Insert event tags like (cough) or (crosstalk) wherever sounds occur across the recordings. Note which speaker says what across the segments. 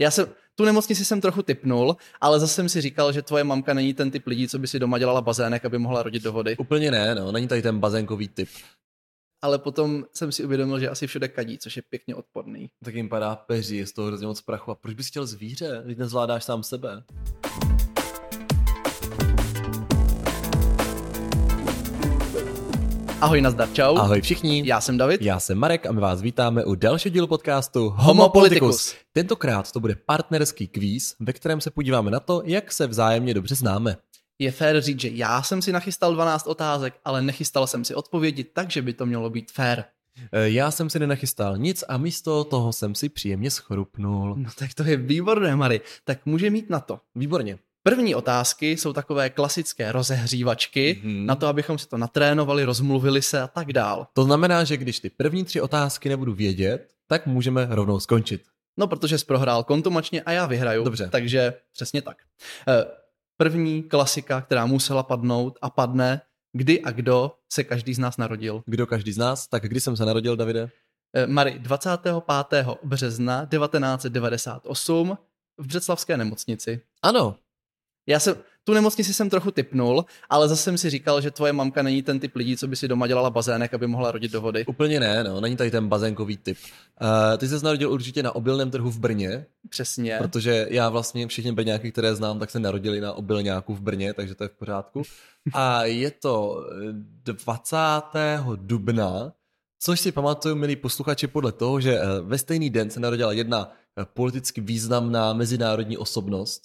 Speaker 1: Já jsem, tu nemocnici jsem trochu typnul, ale zase jsem si říkal, že tvoje mamka není ten typ lidí, co by si doma dělala bazének, aby mohla rodit do vody.
Speaker 2: Úplně ne, no, není tady ten bazénkový typ.
Speaker 1: Ale potom jsem si uvědomil, že asi všude kadí, což je pěkně odporný.
Speaker 2: Tak jim padá peří, je z toho hrozně moc prachu. A proč bys chtěl zvíře? Teď nezvládáš sám sebe.
Speaker 1: Ahoj, nazdar, čau.
Speaker 2: Ahoj všichni.
Speaker 1: Já jsem David.
Speaker 2: Já jsem Marek a my vás vítáme u dalšího dílu podcastu
Speaker 1: Homo Politicus.
Speaker 2: Tentokrát to bude partnerský kvíz, ve kterém se podíváme na to, jak se vzájemně dobře známe.
Speaker 1: Je fér říct, že já jsem si nachystal 12 otázek, ale nechystal jsem si odpovědi, takže by to mělo být fér.
Speaker 2: E, Já jsem si nenachystal nic a místo toho jsem si příjemně schrupnul.
Speaker 1: No tak to je výborné, Mary. Tak může mít na to.
Speaker 2: Výborně.
Speaker 1: První otázky jsou takové klasické rozehřívačky,
Speaker 2: Mhm.
Speaker 1: na to, abychom si to natrénovali, rozmluvili se a tak dál.
Speaker 2: To znamená, že když ty první tři otázky nebudu vědět, tak můžeme rovnou skončit.
Speaker 1: No, protože jsi prohrál kontumačně a já vyhraju.
Speaker 2: Dobře.
Speaker 1: Takže přesně tak. Eh, První klasika, která musela padnout a padne, kdy a kdo se každý z nás narodil.
Speaker 2: Kdo každý z nás, tak kdy jsem se narodil, Davide?
Speaker 1: Eh, Mary, 25. března 1998 v Břeclavské nemocnici.
Speaker 2: Ano,
Speaker 1: Já jsem, tu nemocnici jsem trochu typnul, ale zase jsem si říkal, že tvoje mamka není ten typ lidí, co by si doma dělala bazének, aby mohla rodit do vody.
Speaker 2: úplně ne, no, není tady ten bazénkový typ. Uh, ty se narodil určitě na obilném trhu v Brně,
Speaker 1: Přesně.
Speaker 2: Protože já vlastně všichni brňáky, které znám, tak se narodili na obilňáku v Brně, takže to je v pořádku. A je to eh, 20. dubna, což si pamatuju, milí posluchači, podle toho, že eh, ve stejný den se narodila jedna eh, politicky významná mezinárodní osobnost.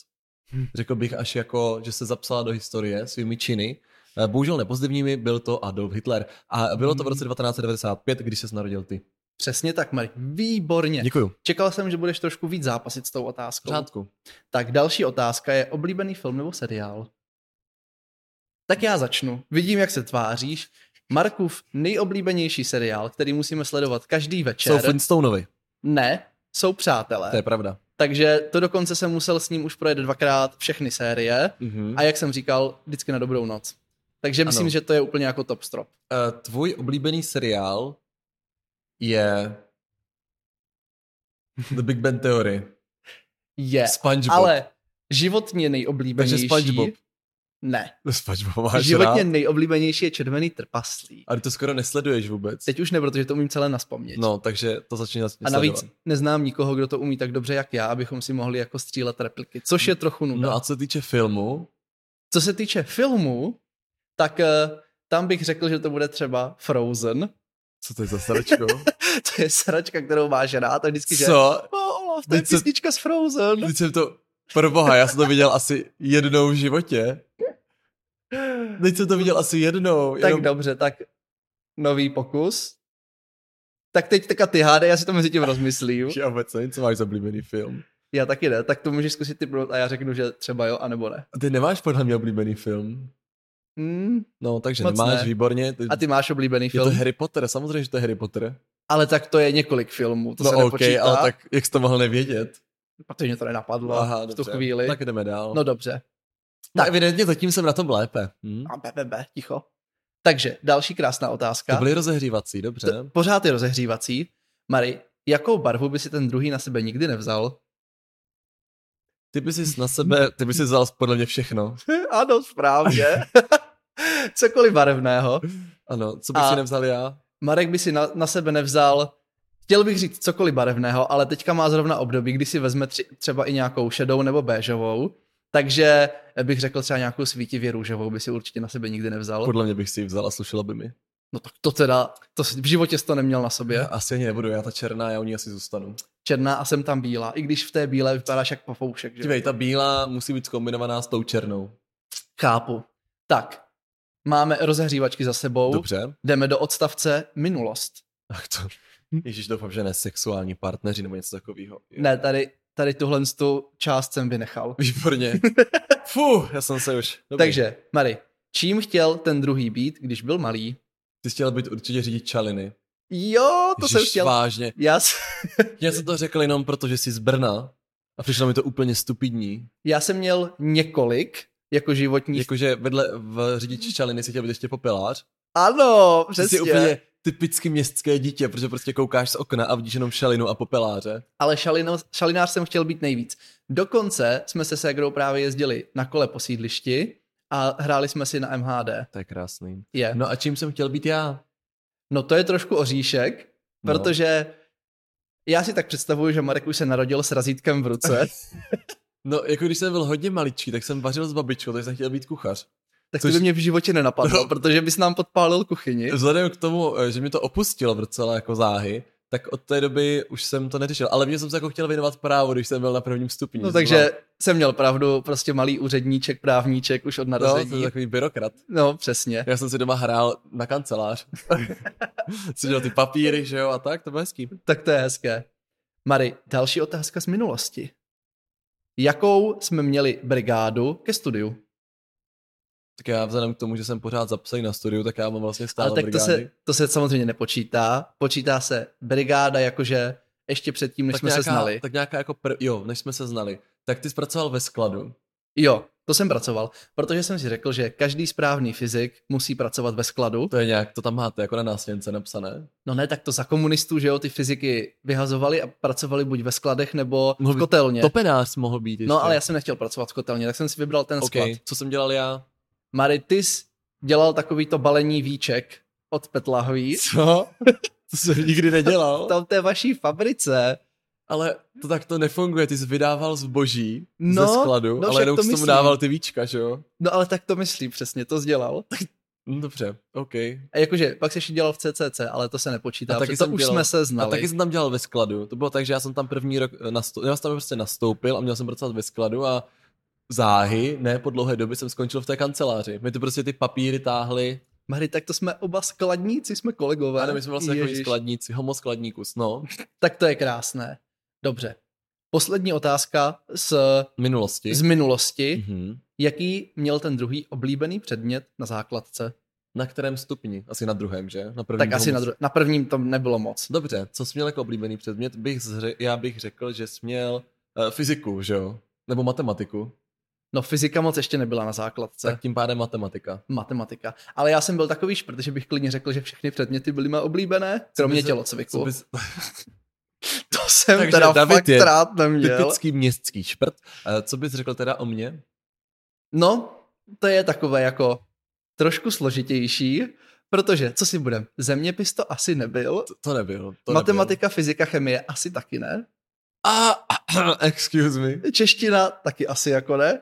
Speaker 2: Řekl bych až jako, že se zapsala do historie svými činy. Eh, Bohužel nepozdivními byl to Adolf Hitler. A bylo to v roce 1995, když se narodil ty.
Speaker 1: Přesně tak, Mary. Výborně.
Speaker 2: Děkuju.
Speaker 1: Čekal jsem, že budeš trošku víc zápasit s tou otázkou.
Speaker 2: Pořádku.
Speaker 1: Tak další otázka je oblíbený film nebo seriál? Tak já začnu. Vidím, jak se tváříš. Markův nejoblíbenější seriál, který musíme sledovat každý
Speaker 2: Jsou
Speaker 1: večer.
Speaker 2: Flintstoneovi,
Speaker 1: Ne, jsou přátelé.
Speaker 2: to je pravda.
Speaker 1: Takže to dokonce jsem musel s ním už projet dvakrát všechny série.
Speaker 2: Mhm.
Speaker 1: A jak jsem říkal, vždycky na dobrou noc. Takže myslím,
Speaker 2: Ano.
Speaker 1: že to je úplně jako top strop.
Speaker 2: Eh, tvůj oblíbený seriál je The Big Bang Theory.
Speaker 1: Je.
Speaker 2: SpongeBob.
Speaker 1: Ale životně nejoblíbenější...
Speaker 2: Takže SpongeBob.
Speaker 1: Ne.
Speaker 2: (laughs) SpongeBob máš
Speaker 1: životně
Speaker 2: rád?
Speaker 1: nejoblíbenější je Červený trpaslík.
Speaker 2: Ale to skoro nesleduješ vůbec.
Speaker 1: Teď už ne, protože to umím celé naspomnět.
Speaker 2: No, takže to začíná
Speaker 1: A navíc neznám nikoho, kdo to umí tak dobře, jak já, abychom si mohli jako střílet repliky, což je trochu nuda.
Speaker 2: No
Speaker 1: No.
Speaker 2: a co se týče filmu,
Speaker 1: Co se týče filmů, tak eh, tam bych řekl, že to bude třeba Frozen. (laughs)
Speaker 2: co to je za sračku?
Speaker 1: To je sračka, kterou máš rád a vždycky, (laughs) že...
Speaker 2: co?
Speaker 1: "O, Olaf, to je
Speaker 2: Vždyť se-
Speaker 1: písnička no. z Frozen.
Speaker 2: Teď jsem to... Proboha, já jsem to viděl asi jednou v životě. Teď jsem to viděl asi jednou.
Speaker 1: Tak
Speaker 2: Jenom...
Speaker 1: Jenom... dobře, tak nový pokus. Tak teď teďka ty hádej, já si to mezi tím rozmyslím.
Speaker 2: Já vůbec nevím, co máš za oblíbený film.
Speaker 1: Já taky ne, tak to můžeš zkusit typnout a já řeknu, že třeba jo, anebo ne.
Speaker 2: A ty nemáš podle mě oblíbený film.
Speaker 1: Hmm.
Speaker 2: No, takže
Speaker 1: Moc
Speaker 2: nemáš,
Speaker 1: ne.
Speaker 2: výborně. Ty...
Speaker 1: A ty máš oblíbený
Speaker 2: Je to
Speaker 1: film,
Speaker 2: Harry Potter, samozřejmě, že to je Harry Potter.
Speaker 1: ale tak to je několik filmů, to no, se
Speaker 2: no
Speaker 1: nepočítá, okay,
Speaker 2: ale tak jak jsi to mohl nevědět?
Speaker 1: protože mě to nenapadlo Aha, v tu
Speaker 2: dobře.
Speaker 1: chvíli.
Speaker 2: Tak jdeme dál.
Speaker 1: No dobře,
Speaker 2: no, evidentně zatím jsem na tom lépe. Hm?
Speaker 1: a be, be, be, ticho. Takže další krásná otázka.
Speaker 2: To byly rozehřívací, dobře.
Speaker 1: T- Pořád je rozehřívací. Mary, jakou barvu by si ten druhý na sebe nikdy nevzal?
Speaker 2: Ty bys jsi na sebe, ty bys jsi vzal podle mě všechno.
Speaker 1: (laughs) ano, správně. (laughs) Cokoliv barevného.
Speaker 2: Ano, co bych
Speaker 1: A-
Speaker 2: si nevzal já?
Speaker 1: Marek by si na, na sebe nevzal, chtěl bych říct cokoliv barevného, ale teďka má zrovna období, kdy si vezme tři, třeba i nějakou šedou nebo béžovou, takže bych řekl třeba nějakou svítivě růžovou by si určitě na sebe nikdy nevzal.
Speaker 2: Podle mě bych si ji vzal a slušela by mi.
Speaker 1: No tak to teda, to si- v životě jsi to neměl na sobě.
Speaker 2: Asi ani nebudu, já ta černá, já u ní asi zůstanu.
Speaker 1: Černá a jsem tam bílá, i když v té bílé vypadáš jak pafoušek. Že?
Speaker 2: Dívej, ta bílá musí být kombinovaná s tou černou.
Speaker 1: Chápu. Tak, máme rozehřívačky za sebou,
Speaker 2: Dobře.
Speaker 1: jdeme do odstavce minulost.
Speaker 2: Tak to... Ježíš, doufám, že ne sexuální partneři nebo něco takového.
Speaker 1: Ne, tady, tady tuhle tu část jsem vynechal. (laughs)
Speaker 2: Výborně. Fuh, já jsem se už. Dobrý.
Speaker 1: Takže, Mary, čím chtěl ten druhý být, když byl malý?
Speaker 2: Ty jsi chtěl být určitě řidič Čaliny.
Speaker 1: Jo, to jsem
Speaker 2: Ježiš,
Speaker 1: chtěl.
Speaker 2: Vážně.
Speaker 1: Já, s-
Speaker 2: Já jsem to řekl jenom proto, že jsi z Brna a přišlo mi to úplně stupidní.
Speaker 1: já jsem měl několik jako životních. Jako...
Speaker 2: Jakože vedle v řidiči Čaliny si chtěl být ještě popelář
Speaker 1: Ano,
Speaker 2: Ty
Speaker 1: přesně.
Speaker 2: jsi úplně typicky městské dítě, protože prostě koukáš z okna a vidíš jenom šalinu a popeláře.
Speaker 1: ale šalino, šalinář jsem chtěl být nejvíc. Dokonce jsme se ségrou právě jezdili na kole po sídlišti a hráli jsme si na MHD.
Speaker 2: To je krásný.
Speaker 1: Je. No,
Speaker 2: No a čím jsem chtěl být já?
Speaker 1: no to je trošku oříšek,
Speaker 2: No.
Speaker 1: protože já si tak představuju, že Marek už se narodil s razítkem v
Speaker 2: (laughs)
Speaker 1: ruce.
Speaker 2: No, jako když jsem byl hodně maličký, tak jsem vařil s babičkou, tak jsem chtěl být kuchař.
Speaker 1: Tak
Speaker 2: Což- No.
Speaker 1: to by mě v životě nenapadlo, protože bys nám podpálil kuchyni. No
Speaker 2: Vzhledem k tomu, eh, že mě to opustilo v docela jako záhy, tak od té doby už jsem to neřešil. Ale mě jsem se jako chtěl věnovat právu, když jsem byl na prvním stupni.
Speaker 1: No takže jsem měl pravdu, prostě malý úředníček, právníček už od
Speaker 2: No, to
Speaker 1: narození.
Speaker 2: je
Speaker 1: No,
Speaker 2: takový byrokrat.
Speaker 1: no přesně.
Speaker 2: Já jsem si doma hrál na
Speaker 1: (laughs)
Speaker 2: kancelář. Jsem dělal ty papíry, že jo, a tak, to bylo hezký.
Speaker 1: Tak to je hezké. Mary, další otázka z minulosti. Jakou jsme měli brigádu ke studiu?
Speaker 2: Tak já vzhledem k tomu, že jsem pořád zapsaný na studiu, tak já mám vlastně stále
Speaker 1: Ale tak to
Speaker 2: brigády.
Speaker 1: se, to se samozřejmě nepočítá. Počítá se brigáda jakože ještě předtím, než
Speaker 2: tak
Speaker 1: jsme
Speaker 2: nějaká,
Speaker 1: se znali.
Speaker 2: Tak nějaká jako, prv, jo, než jsme se znali. Tak ty zpracoval ve skladu.
Speaker 1: Jo, to jsem pracoval, protože jsem si řekl, že každý správný fyzik musí pracovat ve skladu.
Speaker 2: To je nějak, to tam máte jako na nástěnce napsané.
Speaker 1: No ne, tak to za komunistů, že jo, ty fyziky vyhazovali a pracovali buď ve skladech nebo
Speaker 2: Mohl
Speaker 1: v
Speaker 2: by-
Speaker 1: kotelně.
Speaker 2: Topenář mohl být ještě.
Speaker 1: No ale já jsem nechtěl pracovat v kotelně, tak jsem si vybral ten
Speaker 2: OK,
Speaker 1: sklad.
Speaker 2: co jsem dělal já?
Speaker 1: Mary, ty jsi dělal takový to balení víček od Petlahový.
Speaker 2: (laughs) Co? To jsem nikdy nedělal.
Speaker 1: Tam té vaší fabrice.
Speaker 2: Ale to tak to nefunguje, ty jsi vydával zboží
Speaker 1: No,
Speaker 2: ze skladu,
Speaker 1: no,
Speaker 2: ale
Speaker 1: však
Speaker 2: jenom
Speaker 1: to
Speaker 2: jsi tomu
Speaker 1: myslím.
Speaker 2: dával ty víčka, že jo?
Speaker 1: No ale tak to myslí přesně, to sdělal.
Speaker 2: No, dobře, OK.
Speaker 1: A jakože pak se ještě dělal v CCC, ale to se nepočítá,
Speaker 2: A taky
Speaker 1: protože to
Speaker 2: jsem
Speaker 1: už
Speaker 2: dělal-
Speaker 1: jsme se
Speaker 2: A
Speaker 1: znali.
Speaker 2: taky jsem tam dělal ve skladu. To bylo tak, že já jsem tam první rok, eh, nasto- já jsem tam prostě nastoupil a měl jsem pracovat ve skladu a záhy, ne po dlouhé době, jsem skončil v té kanceláři. My to prostě ty papíry táhli.
Speaker 1: Mary, tak to jsme oba skladníci, jsme kolegové.
Speaker 2: Ano, my jsme vlastně jako
Speaker 1: Ježiš.
Speaker 2: skladníci, homo skladníkus, no,
Speaker 1: Tak to je krásné. Dobře. Poslední otázka z,
Speaker 2: minulosti.
Speaker 1: z minulosti.
Speaker 2: Mhm.
Speaker 1: Jaký měl ten druhý oblíbený předmět na základce?
Speaker 2: Na kterém stupni? Asi na druhém, že? Na prvním
Speaker 1: Tak asi
Speaker 2: homo-
Speaker 1: na, dru- na prvním to nebylo moc.
Speaker 2: Dobře, co jsi měl jako oblíbený předmět? Bych zře- já bych řekl, že jsi měl uh, fyziku, že jo? Nebo matematiku.
Speaker 1: No fyzika moc ještě nebyla na základce.
Speaker 2: Tak tím pádem matematika.
Speaker 1: matematika. Ale já jsem byl takový šprt, že bych klidně řekl, že všechny předměty byly mé oblíbené, kromě
Speaker 2: bys-
Speaker 1: tělocviku.
Speaker 2: Co (laughs) bys...
Speaker 1: To jsem
Speaker 2: Takže
Speaker 1: teda
Speaker 2: David
Speaker 1: fakt
Speaker 2: je
Speaker 1: rád neměl.
Speaker 2: Typický městský šprt. Eh, Co bys řekl teda o mně?
Speaker 1: No, to je takové jako trošku složitější, protože, co si budem, zeměpis to asi nebyl,
Speaker 2: To, to nebyl. To
Speaker 1: matematika, fyzika, chemie asi taky ne,
Speaker 2: Nebyl. A, (clears throat) excuse me.
Speaker 1: čeština taky asi jako ne.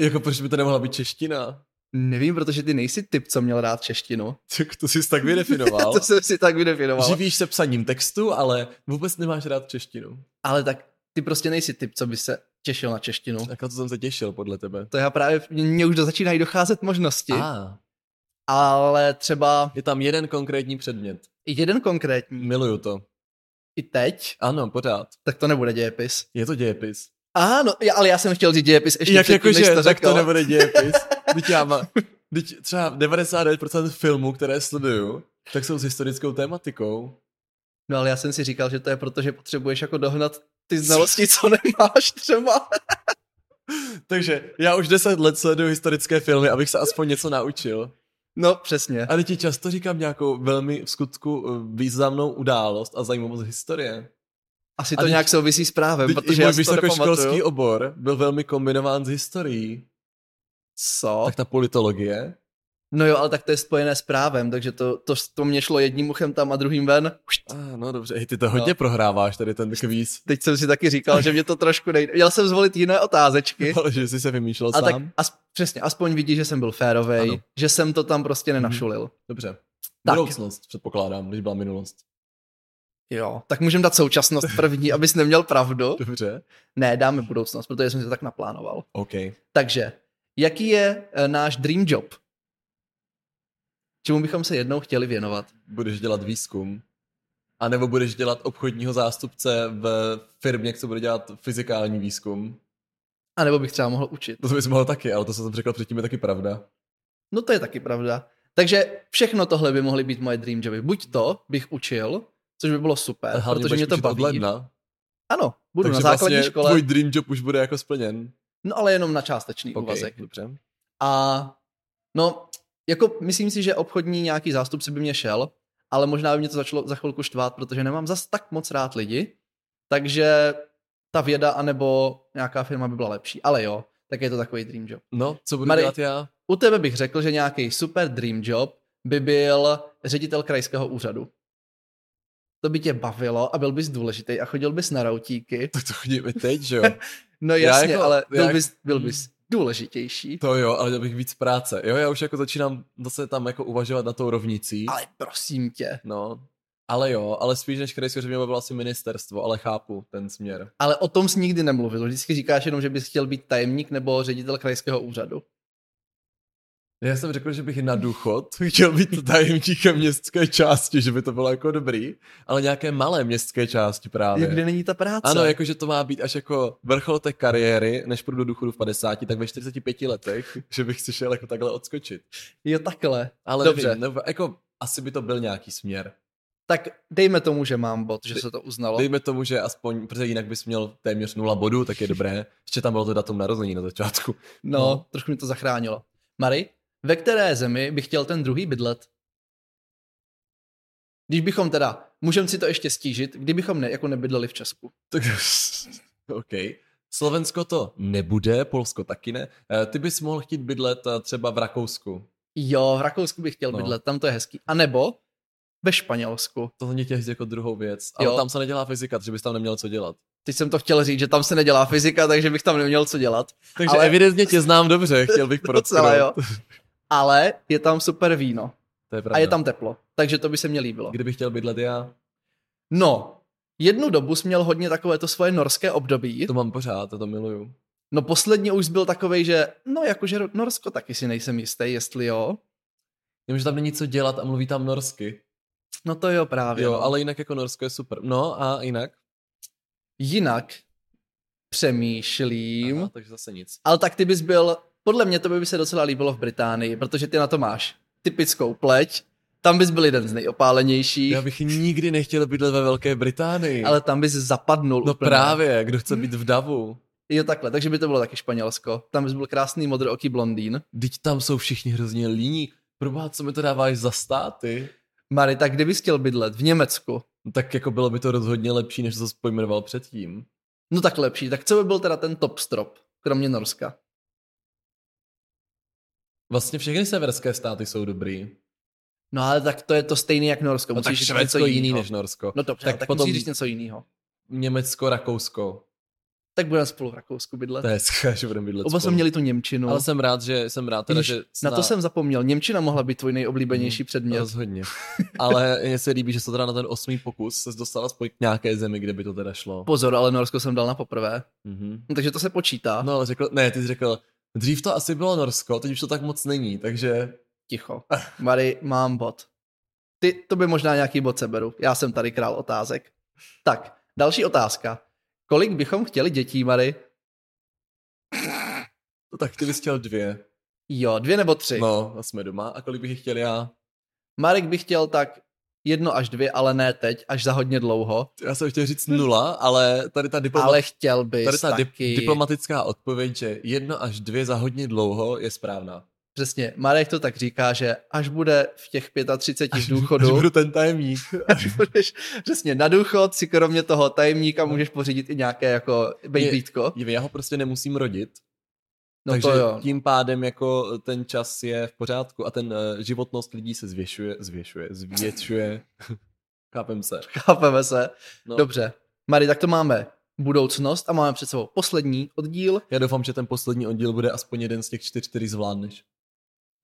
Speaker 2: Jako proč by to nemohla být čeština?
Speaker 1: Nevím, protože ty nejsi typ, co měl rád češtinu. (laughs)
Speaker 2: Tak to jsi tak (laughs) vydefinoval.
Speaker 1: To jsem si tak vydefinoval.
Speaker 2: Živíš se psaním textu, ale vůbec nemáš rád češtinu.
Speaker 1: Ale tak ty prostě nejsi typ, co by se těšil na češtinu.
Speaker 2: Tak na to jsem se těšil podle tebe.
Speaker 1: To já právě, mně už do- začínají docházet možnosti.
Speaker 2: A,
Speaker 1: ale třeba
Speaker 2: je tam jeden konkrétní předmět.
Speaker 1: jeden konkrétní,
Speaker 2: Miluju to.
Speaker 1: i teď,
Speaker 2: Ano, pořád.
Speaker 1: tak to nebude dějepis.
Speaker 2: Je to dějepis.
Speaker 1: Aha, no, já, ale já jsem chtěl říct dějepis ještě
Speaker 2: Jak
Speaker 1: předtím,
Speaker 2: jakože,
Speaker 1: než to
Speaker 2: to tak
Speaker 1: řekl.
Speaker 2: to nebude (laughs) dějepis. Teď já mám, teď třeba 99% filmů, které sleduju, tak jsou s historickou tématikou.
Speaker 1: No ale já jsem si říkal, že to je proto, že potřebuješ jako dohnat ty znalosti, co nemáš třeba.
Speaker 2: Takže já už 10 let sleduju historické filmy, abych se aspoň něco naučil.
Speaker 1: No, přesně.
Speaker 2: A teď ti často říkám nějakou velmi v skutku eh, významnou událost a zajímavost historie.
Speaker 1: Asi
Speaker 2: a
Speaker 1: to
Speaker 2: teď-
Speaker 1: nějak souvisí s právem,
Speaker 2: Teď
Speaker 1: protože
Speaker 2: i
Speaker 1: já si
Speaker 2: můj
Speaker 1: to nepamatuju.
Speaker 2: vysokoškolský obor byl velmi kombinován s historií.
Speaker 1: Co?
Speaker 2: Tak ta politologie.
Speaker 1: No jo, ale tak to je spojené s právem, takže to, to, to mě šlo jedním uchem tam a druhým ven. Už
Speaker 2: Ah, no dobře, Hej, ty to hodně
Speaker 1: No.
Speaker 2: prohráváš tady ten kvíz.
Speaker 1: Teď jsem si taky říkal, že mě to trošku nejde. Měl jsem zvolit jiné otázečky.
Speaker 2: Ale (laughs) že jsi se vymýšlel
Speaker 1: A
Speaker 2: sám.
Speaker 1: tak as, přesně, aspoň vidí, že jsem byl férovej,
Speaker 2: Ano. Mhm.
Speaker 1: že jsem to tam prostě nenašulil.
Speaker 2: Dobře.
Speaker 1: Tak.
Speaker 2: Tak. Budoucnost, předpokládám, když byla minulost.
Speaker 1: Jo, tak můžeme dát současnost první, (laughs) abys neměl pravdu.
Speaker 2: Dobře.
Speaker 1: Ne, dáme budoucnost, protože jsem si to tak naplánoval.
Speaker 2: OK.
Speaker 1: Takže, jaký je eh, náš dream job? Čemu bychom se jednou chtěli věnovat?
Speaker 2: Budeš dělat výzkum. A nebo budeš dělat obchodního zástupce v firmě, co bude dělat fyzikální výzkum.
Speaker 1: A nebo bych třeba mohl učit.
Speaker 2: To bys mohl taky, ale to, co jsem řekl předtím, je taky pravda.
Speaker 1: No to je taky pravda. Takže všechno tohle by mohly být moje dream joby. Buď to bych učil, což by bylo super,
Speaker 2: A Eh, hlavně
Speaker 1: Eh, protože mě
Speaker 2: budeš
Speaker 1: to
Speaker 2: učit Od
Speaker 1: baví.
Speaker 2: ledna,
Speaker 1: Ano, budu
Speaker 2: takže
Speaker 1: na základní
Speaker 2: vlastně
Speaker 1: škole,
Speaker 2: tvůj dream job už bude jako splněn.
Speaker 1: no ale jenom na částečný
Speaker 2: OK,
Speaker 1: úvazek.
Speaker 2: dobře.
Speaker 1: A no, Jako myslím si, že obchodní nějaký zástupce by mě šel, ale možná by mě to začalo za chvilku štvát, protože nemám zas tak moc rád lidi, takže ta věda anebo nějaká firma by byla lepší. Ale jo, tak je to takový dream job.
Speaker 2: No, co budu
Speaker 1: Mary-
Speaker 2: dělat já?
Speaker 1: U tebe bych řekl, že nějaký super dream job by byl ředitel krajského úřadu. To by tě bavilo a byl bys důležitý a chodil bys na rautíky.
Speaker 2: Tak to chodíme teď,
Speaker 1: (laughs)
Speaker 2: že jo?
Speaker 1: No
Speaker 2: Já
Speaker 1: jasně,
Speaker 2: jako-
Speaker 1: ale
Speaker 2: já
Speaker 1: byl
Speaker 2: jako-
Speaker 1: bys, byl bys důležitější.
Speaker 2: To jo, ale dělal bych víc práce. Jo, já už jako začínám zase tam jako uvažovat na tou rovnicí.
Speaker 1: Ale prosím tě.
Speaker 2: No, ale jo, ale spíš než krajské řejmě bylo asi ministerstvo, ale chápu ten směr.
Speaker 1: Ale o tom jsi nikdy nemluvil. Vždycky říkáš jenom, že bys chtěl být tajemník nebo ředitel krajského úřadu.
Speaker 2: Já jsem řekl, že bych na důchod (laughs) chtěl být tajemníkem městské části, že by to bylo jako dobrý, ale nějaké malé městské části právě.
Speaker 1: Jak kde není ta práce?
Speaker 2: Ano, jakože to má být až jako vrchol té kariéry, než půjdu do důchodu v 50, tak ve 45 letech, (laughs) že bych si šel jako takhle odskočit.
Speaker 1: Jo, takhle.
Speaker 2: Ale
Speaker 1: Dobře.
Speaker 2: Dobře. Nevím, nebo jako asi by to byl nějaký směr.
Speaker 1: Tak dejme tomu, že mám bod, že se to uznalo.
Speaker 2: Dejme tomu, že aspoň, protože jinak bys měl téměř nula bodů, tak je dobré. Ještě tam bylo to datum narození na začátku.
Speaker 1: No,
Speaker 2: No.
Speaker 1: trošku mi to zachránilo. Mary, ve které zemi bych chtěl ten druhý bydlet? Když bychom teda, můžeme si to ještě stížit, kdybychom ne, jako nebydleli v Česku.
Speaker 2: Tak, (laughs) OK. Slovensko to nebude, Polsko taky ne. Eh, Ty bys mohl chtít bydlet eh, třeba v Rakousku.
Speaker 1: Jo, v Rakousku bych chtěl no.
Speaker 2: No.
Speaker 1: bydlet, tam to je hezký. A nebo ve Španělsku.
Speaker 2: To mě těží jako druhou věc. Ale
Speaker 1: Jo.
Speaker 2: jo. tam se nedělá fyzika, takže bys tam neměl co dělat.
Speaker 1: Teď jsem to chtěl říct, že tam se nedělá fyzika, takže bych tam neměl co dělat.
Speaker 2: Takže
Speaker 1: Ale-
Speaker 2: ale... evidentně tě znám dobře, chtěl bych
Speaker 1: (laughs) Docela,
Speaker 2: podotknout.
Speaker 1: jo. Ale je tam super víno
Speaker 2: To je pravda.
Speaker 1: a je tam teplo, takže to by se mně líbilo.
Speaker 2: Kdybych chtěl bydlet já,
Speaker 1: No, jednu dobu jsi měl hodně takové to svoje norské období.
Speaker 2: to mám pořád, to, to miluju.
Speaker 1: No posledně už byl takovej, že no jakože Ro- Norsko taky si nejsem jistý, jestli jo.
Speaker 2: Vím, že tam není co dělat a mluví tam norsky.
Speaker 1: No to jo právě.
Speaker 2: Jo,
Speaker 1: no.
Speaker 2: ale jinak jako Norsko je super. No a jinak?
Speaker 1: Jinak přemýšlím,
Speaker 2: Aha, takže zase nic.
Speaker 1: ale tak ty bys byl, podle mě to by se docela líbilo v Británii, protože ty na to máš typickou pleť, tam bys byl jeden z nejopálenějších,
Speaker 2: Já bych nikdy nechtěl bydlet ve Velké Británii.
Speaker 1: ale tam bys zapadnul
Speaker 2: no
Speaker 1: úplně.
Speaker 2: právě, kdo chce být v davu?
Speaker 1: Jo takhle, takže by to bylo taky Španělsko. Tam bys byl krásný modrooký blondýn.
Speaker 2: Teď tam jsou všichni hrozně líní. Proboha, co mi to dáváš za státy?
Speaker 1: Mary, tak kde bys chtěl bydlet? V Německu.
Speaker 2: No, tak jako bylo by to rozhodně lepší, než to spojmenoval předtím.
Speaker 1: No tak lepší. Tak co by byl teda ten top strop, kromě Norska?
Speaker 2: Vlastně všechny severské státy jsou dobrý.
Speaker 1: No ale tak to je to stejný jak Norsko.
Speaker 2: No, tak
Speaker 1: Musíš říct
Speaker 2: Švédsko
Speaker 1: něco
Speaker 2: je jiný
Speaker 1: jinýho.
Speaker 2: než Norsko.
Speaker 1: No dobře,
Speaker 2: Tak
Speaker 1: tak, tak potom...
Speaker 2: potom-
Speaker 1: musíš říct něco jiného.
Speaker 2: Německo, Rakousko.
Speaker 1: Tak budeme spolu v Rakousku bydlet.
Speaker 2: To je skvělé, že budeme bydlet
Speaker 1: Oba jsme
Speaker 2: spolu.
Speaker 1: měli tu Němčinu.
Speaker 2: Ale jsem rád, že jsem rád, teda,
Speaker 1: Vidíš,
Speaker 2: že
Speaker 1: Na to jsem zapomněl. Němčina mohla být tvůj nejoblíbenější
Speaker 2: Mhm.
Speaker 1: předmět. (laughs)
Speaker 2: Rozhodně. Ale mně se líbí, že se teda na ten osmý pokus se dostala spojit k nějaké zemi, kde by to teda šlo.
Speaker 1: Pozor, ale Norsko jsem dal na poprvé.
Speaker 2: Mhm.
Speaker 1: No, takže to se počítá. No.
Speaker 2: No ale řekl, ne, ty jsi řekl, dřív to asi bylo Norsko, teď už to tak moc není, takže
Speaker 1: Ticho. (laughs) Mary, mám bod. Ty, to by možná nějaký bod seberu. Já jsem tady král otázek. Tak, další otázka. Kolik bychom chtěli dětí, Mary?
Speaker 2: no, tak ty bys chtěl dvě.
Speaker 1: Jo, dvě nebo tři. No.
Speaker 2: No, a jsme doma. A kolik bych jich chtěl já?
Speaker 1: Marek by chtěl tak jedno až dvě, ale ne teď, až za hodně dlouho.
Speaker 2: Já jsem chtěl říct nula, ale tady ta, diploma-
Speaker 1: Hm. Ale chtěl bys
Speaker 2: tady ta
Speaker 1: taky.
Speaker 2: di- diplomatická odpověď, že jedno až dvě za hodně dlouho je správná.
Speaker 1: Přesně, Marek to tak říká, že až bude v těch 35 v
Speaker 2: Až (laughs)
Speaker 1: důchodu,
Speaker 2: budu ten tajemník.
Speaker 1: (laughs) až budeš přesně na důchod, si kromě toho tajemníka můžeš pořídit i nějaké jako babítko.
Speaker 2: Dívej, Já ho prostě nemusím rodit,
Speaker 1: No
Speaker 2: Takže
Speaker 1: to jo.
Speaker 2: tím pádem jako ten čas je v pořádku a ten eh, životnost lidí se zvětšuje, zvětšuje, zvětšuje. (laughs) Chápem se.
Speaker 1: Chápeme se.
Speaker 2: No.
Speaker 1: Dobře. Mary, tak to máme budoucnost a máme před sebou poslední oddíl.
Speaker 2: Já doufám, že ten poslední oddíl bude aspoň jeden z těch čtyř, který zvládneš.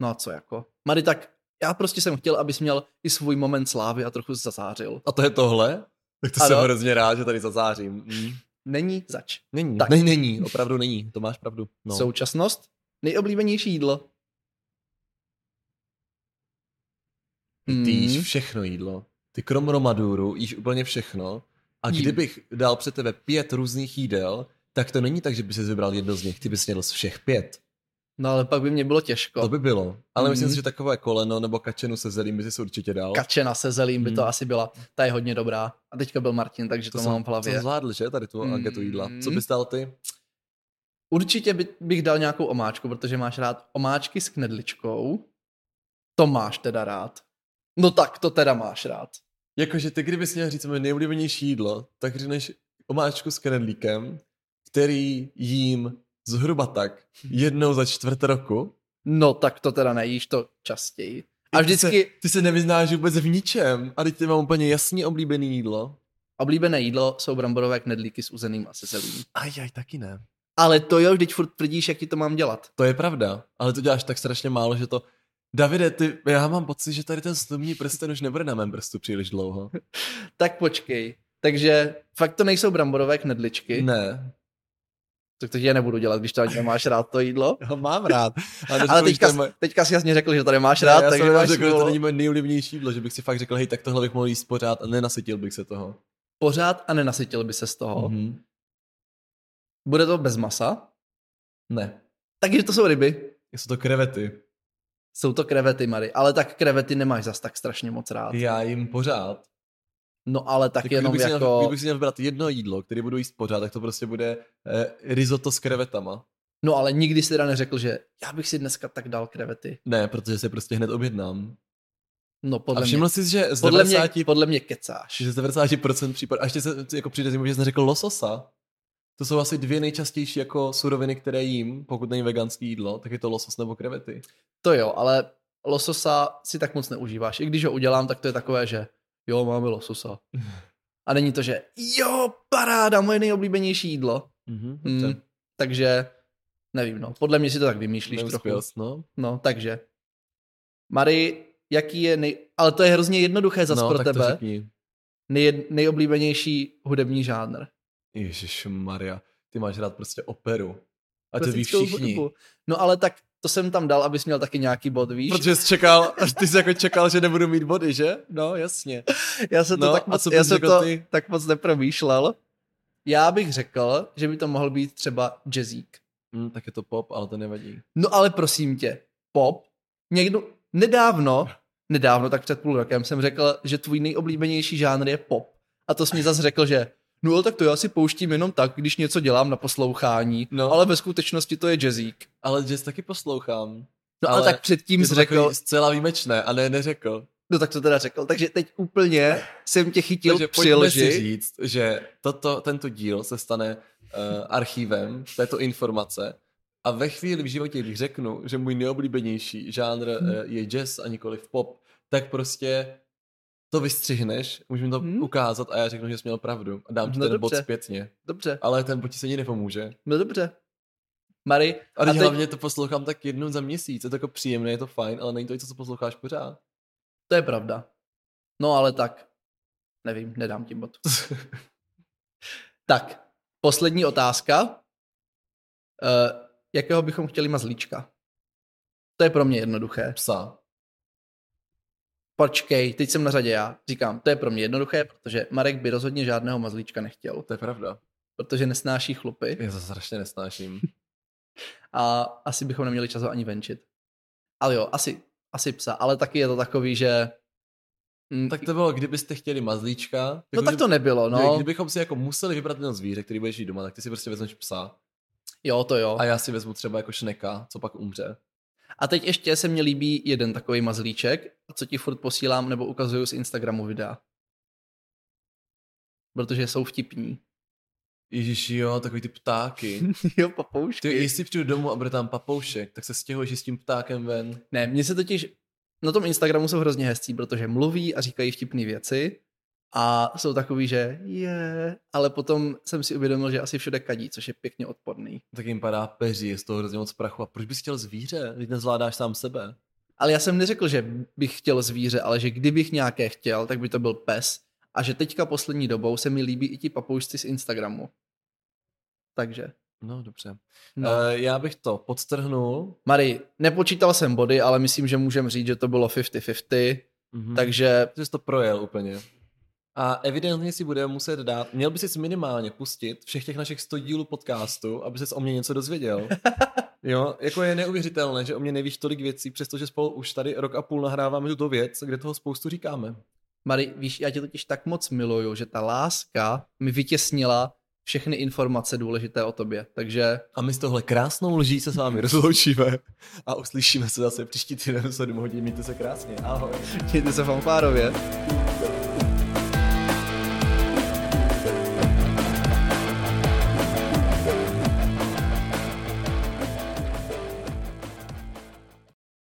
Speaker 1: No a co jako? Mary, tak já prostě jsem chtěl, abys měl i svůj moment slávy a trochu zazářil.
Speaker 2: A to je tohle? Tak to
Speaker 1: Ano.
Speaker 2: ano. jsem hrozně rád, že tady zazářím. Mm.
Speaker 1: Není zač.
Speaker 2: Není.
Speaker 1: Tak.
Speaker 2: Ne, není, opravdu není. To máš pravdu.
Speaker 1: No.
Speaker 2: No.
Speaker 1: Současnost, nejoblíbenější jídlo.
Speaker 2: Ty
Speaker 1: Mm.
Speaker 2: jíš všechno jídlo. Ty krom Romaduru jíš úplně všechno. A
Speaker 1: Jím.
Speaker 2: kdybych dal před tebe pět různých jídel, tak to není tak, že bys vybral jedno z nich. Ty bys snědl z všech pět.
Speaker 1: No ale pak by mě bylo těžko.
Speaker 2: To by bylo. Ale myslím
Speaker 1: Mhm.
Speaker 2: si, že takové koleno nebo kačenu se zelím by si určitě dal.
Speaker 1: Kačena se zelím by to
Speaker 2: Mm.
Speaker 1: asi byla. Ta je hodně dobrá. A teďka byl Martin, takže to, to
Speaker 2: jsem-
Speaker 1: mám v hlavě.
Speaker 2: Jsem zvládl, že? Tady tu
Speaker 1: Mm.
Speaker 2: anketu jídla. Co bys dal ty?
Speaker 1: Určitě by, bych dal nějakou omáčku, protože máš rád omáčky s knedličkou. To máš teda rád. No tak, to teda máš rád.
Speaker 2: Jakože ty, kdybys měl říct moje nejoblíbenější jídlo, tak řekneš omáčku s knedlíkem, který jím zhruba tak jednou za čtvrt roku.
Speaker 1: No tak to teda nejíš, to častěji. A
Speaker 2: Ty
Speaker 1: vždycky
Speaker 2: se, ty se nevyznáš vůbec v ničem. A teď ty mám úplně jasně oblíbený jídlo.
Speaker 1: oblíbené jídlo jsou bramborové knedlíky s uzeným a seselím.
Speaker 2: A já taky ne.
Speaker 1: Ale to jo, vždyť furt tvrdíš, jak ti to mám dělat.
Speaker 2: To je pravda, ale to děláš tak strašně málo, že to... Davide, ty, já mám pocit, že tady ten slumní prsten už nebude na mém prstu příliš dlouho.
Speaker 1: Tak počkej. Takže fakt to nejsou bramborové knedličky.
Speaker 2: Ne,
Speaker 1: Tak to je nebudu dělat, když to ani nemáš rád to jídlo.
Speaker 2: já ho mám rád. (laughs) Ale,
Speaker 1: Ale
Speaker 2: neřekl bych, že to
Speaker 1: teďka,
Speaker 2: je moje-
Speaker 1: teďka jsi jasně řekl, že to nemáš
Speaker 2: Ne,
Speaker 1: rád,
Speaker 2: já
Speaker 1: takže
Speaker 2: jsem
Speaker 1: máš
Speaker 2: řekl, že to
Speaker 1: to
Speaker 2: není moje nejoblíbenější jídlo, že bych si fakt řekl, hej, tak tohle bych mohl jíst pořád a nenasytil bych se toho.
Speaker 1: pořád a nenasytil by se z toho. Mm-hmm.
Speaker 2: Mhm.
Speaker 1: Bude to bez masa.
Speaker 2: Ne,
Speaker 1: Takže to jsou ryby.
Speaker 2: jsou to krevety.
Speaker 1: Jsou to krevety, Mary. Ale tak krevety nemáš zas tak strašně moc rád.
Speaker 2: Já jim pořád.
Speaker 1: No ale tak,
Speaker 2: Tak
Speaker 1: tak
Speaker 2: kdybych,
Speaker 1: jenom
Speaker 2: si měl,
Speaker 1: jako...
Speaker 2: kdybych si měl vybrat jedno jídlo, které budu jíst pořád, tak to prostě bude eh, risotto s krevetama.
Speaker 1: No ale nikdy si teda neřekl, že já bych si dneska tak dal krevety.
Speaker 2: Ne, protože se prostě hned objednám.
Speaker 1: No podle
Speaker 2: a
Speaker 1: mě,
Speaker 2: všiml jsi, že z
Speaker 1: podle, mě,
Speaker 2: 90
Speaker 1: podle mě kecáš.
Speaker 2: Že z 90% případů. A ještě se jako přijde zimou, že jsem řekl lososa. To jsou asi dvě nejčastější jako suroviny, které jím, pokud není veganské jídlo, tak je to losos nebo krevety.
Speaker 1: To jo, ale lososa si tak moc neužíváš. I když ho udělám, tak to je takové, že jo, máme
Speaker 2: (laughs)
Speaker 1: lososa. A není to, že jo, paráda, moje nejoblíbenější jídlo.
Speaker 2: Mm-hmm,
Speaker 1: Mm, takže nevím, no. Podle mě si to tak vymýšlíš trochu.
Speaker 2: no.
Speaker 1: No, takže. Mary, jaký je nej... Ale to je hrozně jednoduché zas
Speaker 2: no,
Speaker 1: no, pro
Speaker 2: tak
Speaker 1: tebe.
Speaker 2: To řekni.
Speaker 1: Nej... Nejoblíbenější hudební žánr.
Speaker 2: Ježíš Maria, ty máš rád prostě operu. A to ví
Speaker 1: Klasickou
Speaker 2: všichni.
Speaker 1: hudbu. No ale tak to jsem tam dal, abys měl taky nějaký bod, víš?
Speaker 2: Protože jsi čekal, (laughs) ty jsi jako čekal, že nebudu mít body, že? No, jasně.
Speaker 1: Já se to,
Speaker 2: No,
Speaker 1: no, tak,
Speaker 2: a
Speaker 1: moc,
Speaker 2: co
Speaker 1: já
Speaker 2: bys
Speaker 1: se
Speaker 2: řekl
Speaker 1: to
Speaker 2: ty?
Speaker 1: tak moc nepromýšlel. Já bych řekl, že by to mohl být třeba jazzík.
Speaker 2: Mm, tak je to pop, ale to nevadí.
Speaker 1: No ale prosím tě, pop, někdo, nedávno, nedávno, tak před půl rokem jsem řekl, že tvůj nejoblíbenější žánr je pop. A to jsi mi zase řekl, že no ale tak to já si pouštím jenom tak, když něco dělám na poslouchání,
Speaker 2: No.
Speaker 1: no. ale ve skutečnosti to je jazzík.
Speaker 2: Ale jazz taky poslouchám.
Speaker 1: No ale,
Speaker 2: Ale
Speaker 1: ale tak předtím
Speaker 2: Je
Speaker 1: jsi
Speaker 2: to
Speaker 1: řekl,
Speaker 2: takový zcela výjimečné, a ne, neřekl.
Speaker 1: no tak to teda řekl, takže teď úplně jsem tě chytil
Speaker 2: Takže
Speaker 1: při
Speaker 2: pojďme si
Speaker 1: lži.
Speaker 2: říct, že toto, tento díl se stane uh, archívem této informace a ve chvíli v životě, když řeknu, že můj nejoblíbenější žánr uh,
Speaker 1: Hmm.
Speaker 2: je jazz a nikoli pop, tak prostě to vystřihneš, můžeme to
Speaker 1: Hmm.
Speaker 2: ukázat a já řeknu, že jsi měl pravdu a dám ti
Speaker 1: No
Speaker 2: ten bod
Speaker 1: dobře.
Speaker 2: zpětně.
Speaker 1: Dobře,
Speaker 2: Ale ten bod ti se ani nepomůže.
Speaker 1: no dobře. Mary,
Speaker 2: A, a
Speaker 1: teď-
Speaker 2: teď... hlavně to poslouchám tak jednou za měsíc, je to jako příjemné, je to fajn, ale není to něco, co posloucháš pořád. (laughs)
Speaker 1: To je pravda. No ale tak, nevím, nedám tím bod. tak, poslední otázka. Uh, jakého bychom chtěli mazlíčka? To je pro mě jednoduché.
Speaker 2: Psa.
Speaker 1: Počkej, teď jsem na řadě já. Říkám, to je pro mě jednoduché, protože Marek by rozhodně žádného mazlíčka nechtěl,
Speaker 2: To je pravda.
Speaker 1: protože nesnáší chlupy
Speaker 2: Já to strašně nesnáším.
Speaker 1: a asi bychom neměli čas ho ani venčit. Ale jo, asi, asi psa, ale taky je to takový, že... Mm,
Speaker 2: tak to bylo, kdybyste chtěli mazlíčka.
Speaker 1: no tak to nebylo,
Speaker 2: No.
Speaker 1: no.
Speaker 2: Kdybychom si jako museli vybrat jedno zvíře, který bude žít doma, tak ty si prostě vezmeš psa
Speaker 1: Jo, to jo.
Speaker 2: a já si vezmu třeba jako šneka, co pak umře.
Speaker 1: A teď ještě se mně líbí jeden takový mazlíček, co ti furt posílám nebo ukazuju z Instagramu videa. Protože jsou vtipní.
Speaker 2: Ježíš jo, takový ty ptáky.
Speaker 1: (laughs) jo, papoušky.
Speaker 2: Ty,
Speaker 1: (laughs)
Speaker 2: jestli přijdu domů a bude tam papoušek, tak se stěhuješ i s tím ptákem ven.
Speaker 1: Ne, mně se totiž na tom Instagramu jsou hrozně hezcí, protože mluví a říkají vtipné věci a jsou takový, že je, ale potom jsem si uvědomil, že asi všude kadí, což je pěkně odporný.
Speaker 2: Tak jim padá peří, je z toho hrozně moc prachu. A proč bys chtěl zvíře? Teď nezvládáš sám sebe.
Speaker 1: Ale já jsem neřekl, že bych chtěl zvíře, ale že kdybych nějaké chtěl, tak by to byl pes. A že teďka poslední dobou se mi líbí i ti papoušci z Instagramu. Takže.
Speaker 2: No dobře.
Speaker 1: No.
Speaker 2: No. E, já bych to podstrhnul.
Speaker 1: Mari, nepočítal jsem body, ale myslím, že můžem říct, že to bylo 50-50,
Speaker 2: Mhm.
Speaker 1: takže
Speaker 2: Že jsi to projel úplně. A evidentně si budeme muset dát, měl by si minimálně pustit všech těch našich 100 dílů podcastu, aby se o mě něco dozvěděl. Jo, jako je neuvěřitelné, že o mě nevíš tolik věcí, přestože spolu už tady rok a půl nahráváme tuto věc, kde toho spoustu říkáme.
Speaker 1: Mari, víš, já tě totiž tak moc miluju, že ta láska mi vytěsnila všechny informace důležité o tobě. Takže (laughs)
Speaker 2: A my s tohle krásnou lží se s vámi rozloučíme a uslyšíme se zase příští týden v 7 hodin. Mějte se krásně. Ahoj.
Speaker 1: mějte se fanfárově.
Speaker 2: Thank you